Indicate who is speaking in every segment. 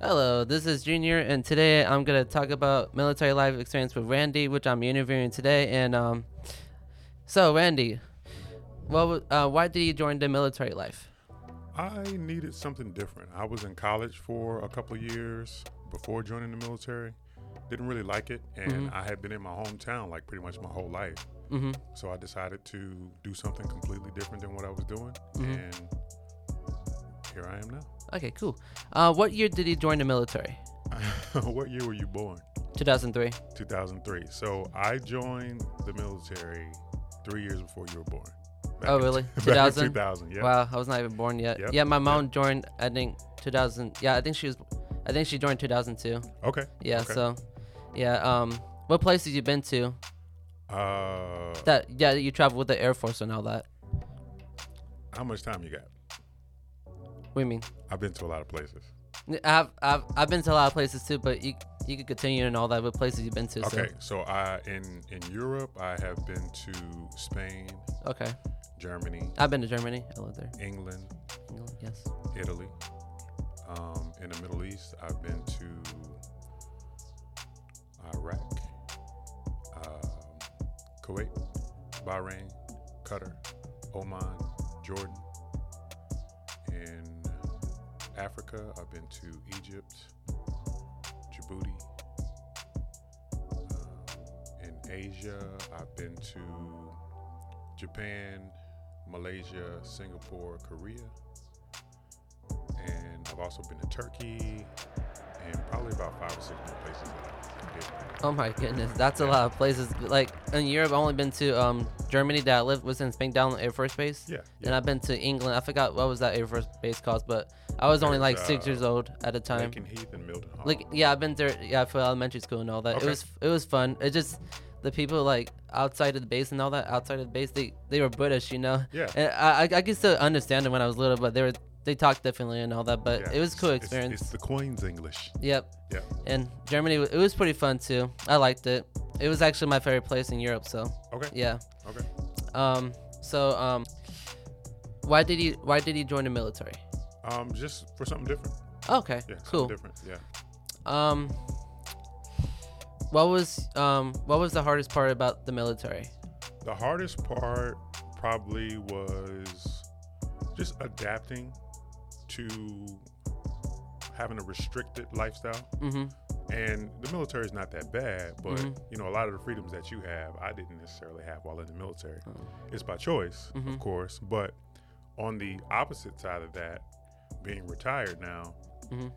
Speaker 1: Hello, this is Junior, and today I'm gonna talk about military life experience with Randy, which I'm interviewing today. And um, so Randy, well, uh, why did you join the military life?
Speaker 2: I needed something different. I was in college for a couple of years before joining the military. Didn't really like it, and I had been in my hometown like pretty much my whole life.
Speaker 1: Mm-hmm.
Speaker 2: So I decided to do something completely different than what I was doing,
Speaker 1: Mm-hmm.
Speaker 2: and here I am now.
Speaker 1: Okay, cool. Uh, what year did you join the military?
Speaker 2: what year were you born?
Speaker 1: 2003.
Speaker 2: 2003. So I joined the military three years before you were born. Back
Speaker 1: Oh,
Speaker 2: in-
Speaker 1: really?
Speaker 2: back in
Speaker 1: 2000?
Speaker 2: 2000. Yeah.
Speaker 1: Wow, I was not even born yet.
Speaker 2: Yep,
Speaker 1: Yeah, my
Speaker 2: yep.
Speaker 1: mom joined. I think 2000. Yeah, I think she was. I think she joined 2002.
Speaker 2: Okay.
Speaker 1: Yeah.
Speaker 2: Okay.
Speaker 1: So, yeah. Um, what places you been to?
Speaker 2: Uh,
Speaker 1: That yeah, you traveled with the Air Force and all that.
Speaker 2: how much time you got?
Speaker 1: What do you mean?
Speaker 2: I've been to a lot of places.
Speaker 1: I've I've I've been to a lot of places too, but you you could continue and all that with places you've been to.
Speaker 2: Okay, so I in in Europe, I have been to Spain,
Speaker 1: So. Okay.
Speaker 2: Germany,
Speaker 1: I've been to Germany. I lived there.
Speaker 2: England,
Speaker 1: England, Yes.
Speaker 2: Italy. Um, in the Middle East, I've been to Iraq, um, Kuwait, Bahrain, Qatar, Oman, Jordan. In Africa, I've been to Egypt, Djibouti. Um, in Asia, I've been to Japan, Malaysia, Singapore, Korea and I've also been to Turkey and probably about five or six more places that I did.
Speaker 1: Oh my goodness, that's a lot of places. Like in Europe, I've only been to um Germany that I lived was in Spangdown Air Force Base.
Speaker 2: Yeah,
Speaker 1: And
Speaker 2: yeah.
Speaker 1: I've been to England. I forgot what was that Air Force Base called, but I was only like
Speaker 2: There's,
Speaker 1: six
Speaker 2: uh,
Speaker 1: years old at the time.
Speaker 2: Lincoln Heath and Milton Hall.
Speaker 1: um, Like yeah, I've been there. Yeah, for elementary school and all that.
Speaker 2: Okay.
Speaker 1: It was it was fun. It just the people like outside of the base and all that. Outside of the base, they they were British, you know.
Speaker 2: Yeah.
Speaker 1: And I I, I could still understand them when I was little, but they were they talked differently and all that. But
Speaker 2: Yeah,
Speaker 1: it was a cool
Speaker 2: it's- it's-
Speaker 1: experience.
Speaker 2: It's, the Queen's English.
Speaker 1: Yep.
Speaker 2: Yeah.
Speaker 1: And Germany, it was pretty fun too. I liked it. It was actually my favorite place in Europe. So
Speaker 2: Okay.
Speaker 1: yeah.
Speaker 2: Okay.
Speaker 1: Um. So um. Why did you Why did you join the military?
Speaker 2: Um, just for something different.
Speaker 1: Okay.
Speaker 2: Yeah. something
Speaker 1: cool.
Speaker 2: Different. Yeah.
Speaker 1: Um. What was um What was the hardest part about the military?
Speaker 2: The hardest part probably was just adapting to having a restricted lifestyle.
Speaker 1: Mm-hmm.
Speaker 2: And the military is not that bad, but
Speaker 1: Mhm.
Speaker 2: you know, a lot of the freedoms that you have, I didn't necessarily have while in the military.
Speaker 1: Oh.
Speaker 2: It's by choice,
Speaker 1: Mhm.
Speaker 2: of course, but on the opposite side of that, being retired now,
Speaker 1: Mhm.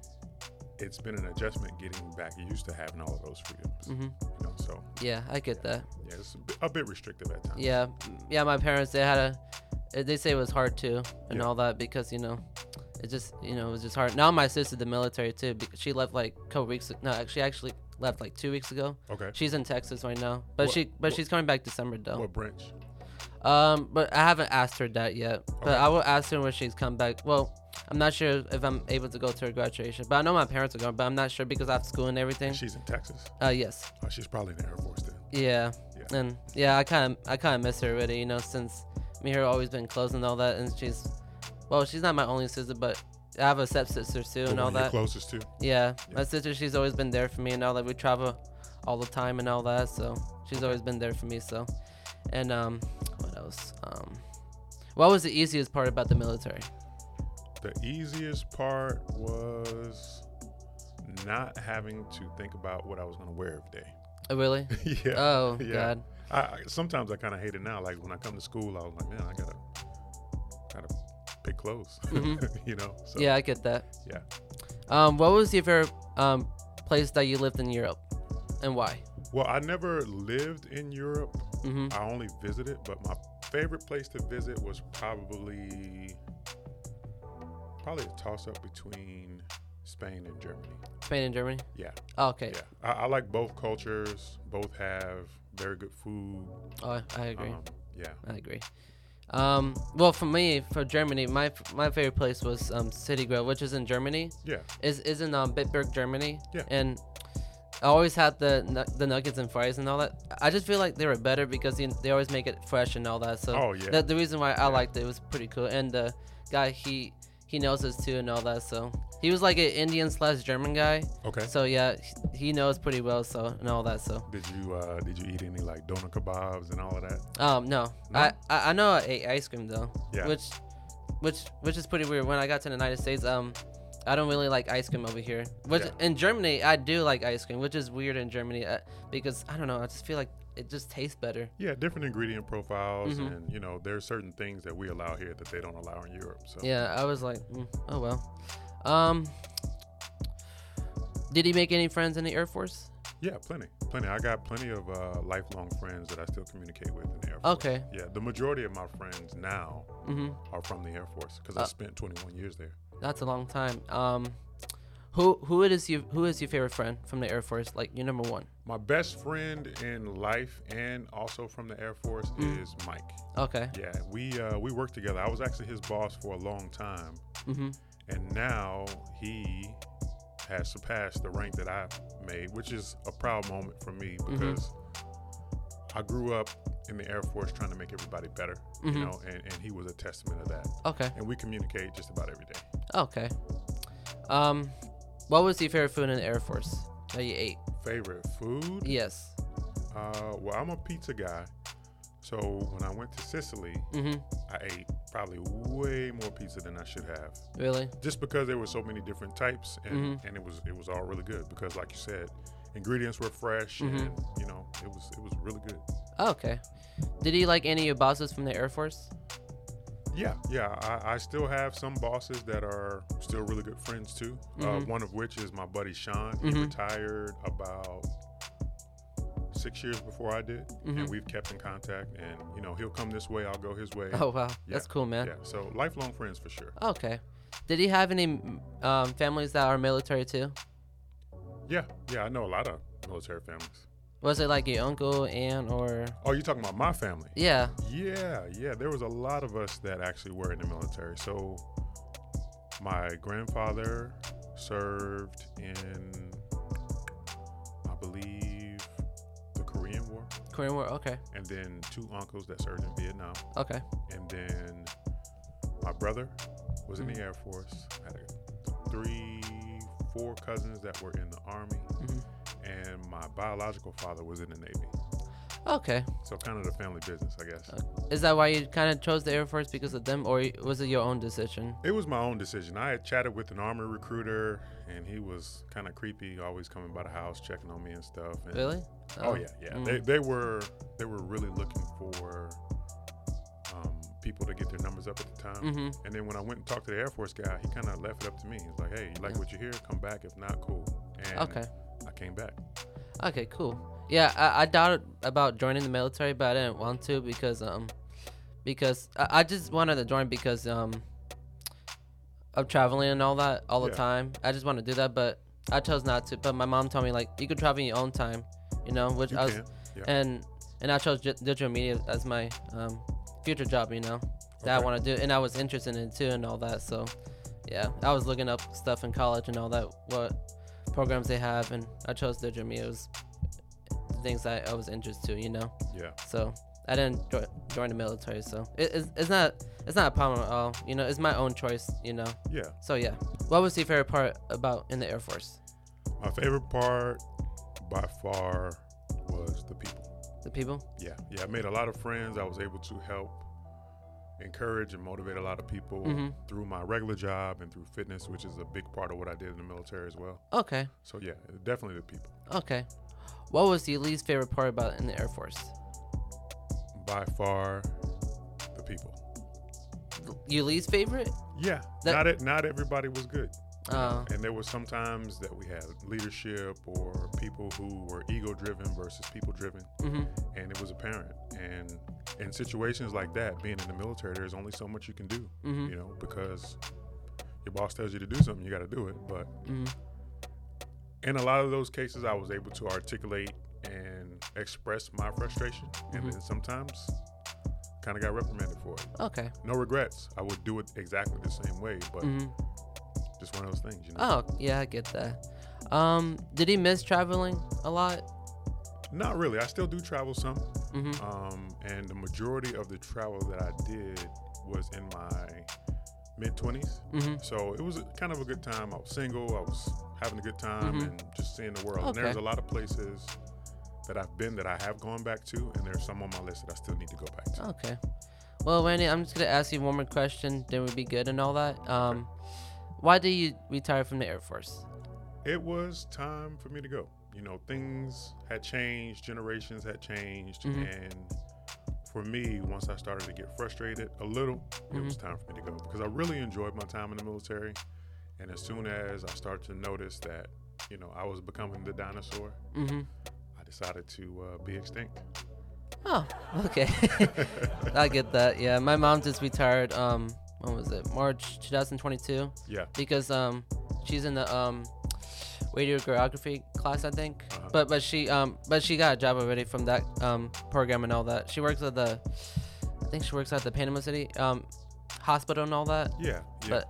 Speaker 2: it's been an adjustment getting back used to having all of those freedoms.
Speaker 1: Mm-hmm.
Speaker 2: You know, so
Speaker 1: Yeah, I get that.
Speaker 2: yeah, it's a bit, a bit restrictive at times.
Speaker 1: Yeah, m- yeah. My parents they had a. eh, They say it was hard too, and
Speaker 2: Yeah.
Speaker 1: all that because you know, it just you know it was just hard. Now my sister the military too. bec- She left like a couple weeks. No, she actually left like two weeks ago.
Speaker 2: Okay.
Speaker 1: She's in Texas right now, but
Speaker 2: What-
Speaker 1: she but
Speaker 2: what-
Speaker 1: she's coming back December though.
Speaker 2: What branch?
Speaker 1: Um, but I haven't asked her that yet. But
Speaker 2: Okay.
Speaker 1: I will ask her when she's come back. Well, I'm not sure if I'm able to go to her graduation, but I know my parents are going. But I'm not sure because I have school and everything.
Speaker 2: She's in Texas.
Speaker 1: Uh, yes,
Speaker 2: Oh, she's probably in the Air Force then.
Speaker 1: yeah,
Speaker 2: Yeah.
Speaker 1: and yeah, I kind of I kind of miss her already, you know, since me and her always been close and all that, and she's, well, she's not my only sister, but I have a stepsister too
Speaker 2: The
Speaker 1: and all
Speaker 2: one you're
Speaker 1: that.
Speaker 2: closest to.
Speaker 1: Yeah,
Speaker 2: Yeah.
Speaker 1: my sister, she's always been there for me and all that. We travel all the time and all that, so she's always been there for me. So, and um, what else? Um, what was the easiest part about the military?
Speaker 2: The easiest part was not having to think about what I was going to wear every day.
Speaker 1: Oh, really?
Speaker 2: yeah.
Speaker 1: Oh
Speaker 2: yeah.
Speaker 1: God.
Speaker 2: I, I sometimes I kind of hate it now. Like when I come to school, I was like, man, I gotta gotta pick clothes.
Speaker 1: Mhm.
Speaker 2: you know. So,
Speaker 1: Yeah, I get that.
Speaker 2: Yeah.
Speaker 1: Um, what was your favorite um place that you lived in Europe, and why?
Speaker 2: Well, I never lived in Europe.
Speaker 1: Mm-hmm.
Speaker 2: I only visited, but my favorite place to visit was probably probably a toss up between Spain and Germany.
Speaker 1: Spain and Germany.
Speaker 2: Yeah.
Speaker 1: Oh, okay.
Speaker 2: Yeah. I, I like both cultures. Both have very good food.
Speaker 1: Oh, I- I agree.
Speaker 2: Um, yeah.
Speaker 1: I agree. Um, well, for me, for Germany, my my favorite place was um, City Grill, which is in Germany.
Speaker 2: Yeah.
Speaker 1: Is is in um, Bitburg, Germany.
Speaker 2: Yeah.
Speaker 1: And I always had the nu- the nuggets and fries and all that. I just feel like they were better because you, they always make it fresh and all that. So
Speaker 2: Oh, yeah.
Speaker 1: that the reason why I liked it, it was pretty cool. And the guy he he knows us too and all that. So he was like an Indian slash German guy.
Speaker 2: Okay.
Speaker 1: So yeah, he- he knows pretty well. So and all that. So
Speaker 2: Did you uh, did you eat any like donut kebabs and all of that?
Speaker 1: um, no,
Speaker 2: No?
Speaker 1: I, I I know I ate ice cream though.
Speaker 2: Yeah.
Speaker 1: Which, which which is pretty weird. When I got to the United States, um, I don't really like ice cream over here. Which
Speaker 2: Yeah.
Speaker 1: in Germany I do like ice cream, which is weird in Germany uh, because I don't know. I just feel like it just tastes better.
Speaker 2: Yeah, different ingredient profiles,
Speaker 1: Mhm.
Speaker 2: and you know there are certain things that we allow here that they don't allow in Europe. So
Speaker 1: Yeah, I was like, mm, oh well. Um, did he make any friends in the Air Force?
Speaker 2: yeah, plenty, plenty. I got plenty of uh, lifelong friends that I still communicate with in the Air Force.
Speaker 1: Okay.
Speaker 2: Yeah, the majority of my friends now
Speaker 1: Mm-hmm.
Speaker 2: are from the Air Force because
Speaker 1: Uh,
Speaker 2: I spent 21 years there.
Speaker 1: That's a long time. Um, who who it is you who is your favorite friend from the Air Force? Like your number one.
Speaker 2: My best friend in life and also from the Air Force
Speaker 1: Mm.
Speaker 2: is Mike.
Speaker 1: Okay.
Speaker 2: Yeah, we uh, we worked together. I was actually his boss for a long time,
Speaker 1: Mm-hmm.
Speaker 2: and now he has surpassed the rank that I made, which is a proud moment for me
Speaker 1: Mhm.
Speaker 2: because I grew up in the Air Force trying to make everybody better,
Speaker 1: Mhm.
Speaker 2: you know, and, and he was a testament of that.
Speaker 1: Okay.
Speaker 2: And we communicate just about every day.
Speaker 1: Okay. Um, what was your favorite food in the Air Force that you ate?
Speaker 2: Favorite food?
Speaker 1: Yes.
Speaker 2: Uh, well, I'm a pizza guy. So when I went to Sicily,
Speaker 1: Mm-hmm.
Speaker 2: I ate probably way more pizza than I should have,
Speaker 1: Really?
Speaker 2: just because there were so many different types, and, and it was it was all really good. Because like you said, ingredients were fresh, and you know it was it was really good.
Speaker 1: okay. Did he like any of your bosses from the Air Force?
Speaker 2: Yeah, yeah. I, I still have some bosses that are still really good friends too. Uh,
Speaker 1: Mhm.
Speaker 2: one of which is my buddy Sean. He
Speaker 1: Mhm.
Speaker 2: retired about six years before I did,
Speaker 1: Mhm.
Speaker 2: and we've kept in contact. And you know he'll come this way, I'll go his way.
Speaker 1: Oh wow, that's cool, man.
Speaker 2: Yeah, so lifelong friends for sure.
Speaker 1: Okay. Did he have any mm, um, families that are military too?
Speaker 2: Yeah, yeah, I know a lot of military families.
Speaker 1: Was it like your uncle, aunt, or
Speaker 2: Oh, you're talking about my family?
Speaker 1: yeah?
Speaker 2: Yeah, yeah. There was a lot of us that actually were in the military. So my grandfather served in, I believe, the Korean War,
Speaker 1: Korean War. Okay.
Speaker 2: and then two uncles that served in Vietnam,
Speaker 1: Okay.
Speaker 2: and then my brother was in the Air Force. I had a- three, four cousins that were in the Army,
Speaker 1: Mhm.
Speaker 2: and my biological father was in the Navy.
Speaker 1: Okay.
Speaker 2: So kind of the family business, I guess.
Speaker 1: Is that why you kind of chose the Air Force because of them, or was it your own decision?
Speaker 2: It was my own decision. I had chatted with an army recruiter, and he was kind of creepy, always coming by the house, checking on me and stuff. And,
Speaker 1: Really?
Speaker 2: Oh, yeah, yeah.
Speaker 1: Mm.
Speaker 2: They, they were they were really looking for um, people to get their numbers up at the time.
Speaker 1: Mhm.
Speaker 2: And then when I went and talked to the Air Force guy, he kind of left it up to me. He's like, "Hey, you like
Speaker 1: Yeah.
Speaker 2: what you hear? Come back. If not, cool." And
Speaker 1: Okay.
Speaker 2: I came back.
Speaker 1: Okay. Cool. Yeah, I, I doubted about joining the military, but I didn't want to because um, because I, I just wanted to join because um, of traveling and all that all the
Speaker 2: Yeah.
Speaker 1: time. I just want to do that, but I chose not to. But my mom told me like you could travel in your own time, you know, which
Speaker 2: You
Speaker 1: I was
Speaker 2: can. Yeah.
Speaker 1: and and I chose di- digital media as my um, future job, you know, that I
Speaker 2: Okay.
Speaker 1: want to do, and I was interested in it too, and all that. So, yeah, I was looking up stuff in college and all that, what programs they have, and I chose digital media. It was the things I, I was interested to, you know.
Speaker 2: Yeah.
Speaker 1: So I didn't jo- join the military, so it, it's, it's not it's not a problem at all, you know. It's my own choice, you know.
Speaker 2: Yeah.
Speaker 1: So yeah, what was your favorite part about in the Air Force?
Speaker 2: My favorite part, by far, was the people.
Speaker 1: The people.
Speaker 2: yeah yeah i made a lot of friends i was able to help encourage and motivate a lot of people
Speaker 1: Mhm.
Speaker 2: through my regular job and through fitness which is a big part of what i did in the military as well
Speaker 1: Okay.
Speaker 2: so yeah definitely the people
Speaker 1: Okay. What was your least favorite part about in the Air Force?
Speaker 2: by far the people
Speaker 1: Your least favorite?
Speaker 2: yeah
Speaker 1: That-
Speaker 2: not it not everybody was good
Speaker 1: Uh,
Speaker 2: and there were some times that we had leadership or people who were ego driven versus people driven
Speaker 1: hmm
Speaker 2: and it was apparent and in situations like that being in the military there's only so much you can do
Speaker 1: hmm
Speaker 2: you know because your boss tells you to do something you got to do it but
Speaker 1: hmm
Speaker 2: in a lot of those cases i was able to articulate and express my frustration
Speaker 1: Mhm.
Speaker 2: and then sometimes kind of got reprimanded for it
Speaker 1: Okay.
Speaker 2: no regrets i would do it exactly the same way but
Speaker 1: hmm
Speaker 2: just one of those things you know
Speaker 1: Oh, yeah, I get that. Um, did he miss traveling a lot?
Speaker 2: not really i still do travel some
Speaker 1: hmm
Speaker 2: um, and the majority of the travel that i did was in my mid 20s.
Speaker 1: Mm-hmm.
Speaker 2: So it was a- kind of a good time. I was single. I was having a good time
Speaker 1: Mhm.
Speaker 2: and just seeing the world. And
Speaker 1: Okay.
Speaker 2: there's a lot of places that I've been that I have gone back to, and there's some on my list that I still need to go back to.
Speaker 1: Okay. Well, Randy, I'm just gonna ask you one more question. Then we'll be good and all that. Um, why did you retire from the Air Force?
Speaker 2: It was time for me to go. You know, things had changed, generations had changed,
Speaker 1: Mhm.
Speaker 2: and for me, once I started to get frustrated a little, it was time for me to go because I really enjoyed my time in the military. And as soon as I started to notice that, you know, I was becoming the dinosaur,
Speaker 1: Mm-hmm.
Speaker 2: I decided to uh, be extinct.
Speaker 1: Oh, okay. I get that. Yeah, my mom just retired. Um, when was it? March 2022.
Speaker 2: Yeah.
Speaker 1: Because um, she's in the um, radiography class, I think.
Speaker 2: Uh-huh.
Speaker 1: But but she um but she got a job already from that um program and all that. She works at the, I think she works at the Panama City um, hospital and all that.
Speaker 2: Yeah. Yeah.
Speaker 1: But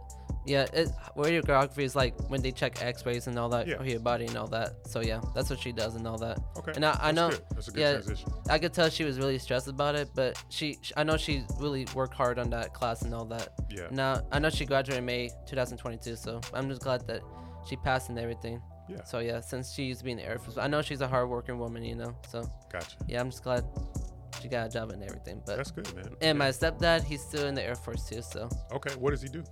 Speaker 1: yeah, it, radiography is like when they check X-rays and all that
Speaker 2: Yeah.
Speaker 1: for your body and all that. So yeah, that's what she does and all that.
Speaker 2: okay.
Speaker 1: and I- I
Speaker 2: That's
Speaker 1: know-
Speaker 2: Good. That's a good
Speaker 1: yeah.
Speaker 2: transition.
Speaker 1: I could tell she was really stressed about it, but she, sh I know she really worked hard on that class and all that.
Speaker 2: Yeah.
Speaker 1: Now I know she graduated in May 2022, so I'm just glad that she passed and everything.
Speaker 2: Yeah.
Speaker 1: So yeah, since she used to be in the Air Force, I know she's a hardworking woman, you know. So
Speaker 2: Gotcha.
Speaker 1: yeah, I'm just glad she got a job and everything. But
Speaker 2: That's good, man.
Speaker 1: and
Speaker 2: Yeah.
Speaker 1: my stepdad, he's still in the Air Force too, so.
Speaker 2: Okay. What does he do?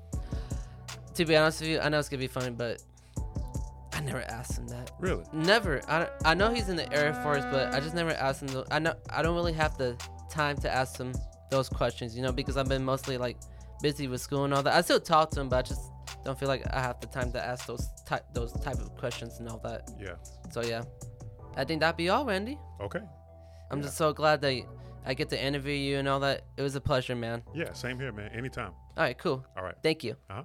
Speaker 1: To be honest with you, I know it's gonna be funny, but I never asked him that.
Speaker 2: Really?
Speaker 1: Never. I, I know he's in the Air Force, but I just never asked him. The, I know I don't really have the time to ask him those questions, you know, because I've been mostly like busy with school and all that. I still talk to him, but I just don't feel like I have the time to ask those type those type of questions and all that.
Speaker 2: Yeah.
Speaker 1: So yeah, I think that'd be all, Randy.
Speaker 2: Okay.
Speaker 1: I'm
Speaker 2: Yeah.
Speaker 1: just so glad that I get to interview you and all that. It was a pleasure, man.
Speaker 2: Yeah. Same here, man. Anytime.
Speaker 1: All right, cool.
Speaker 2: All right.
Speaker 1: Thank you.
Speaker 2: Uh huh.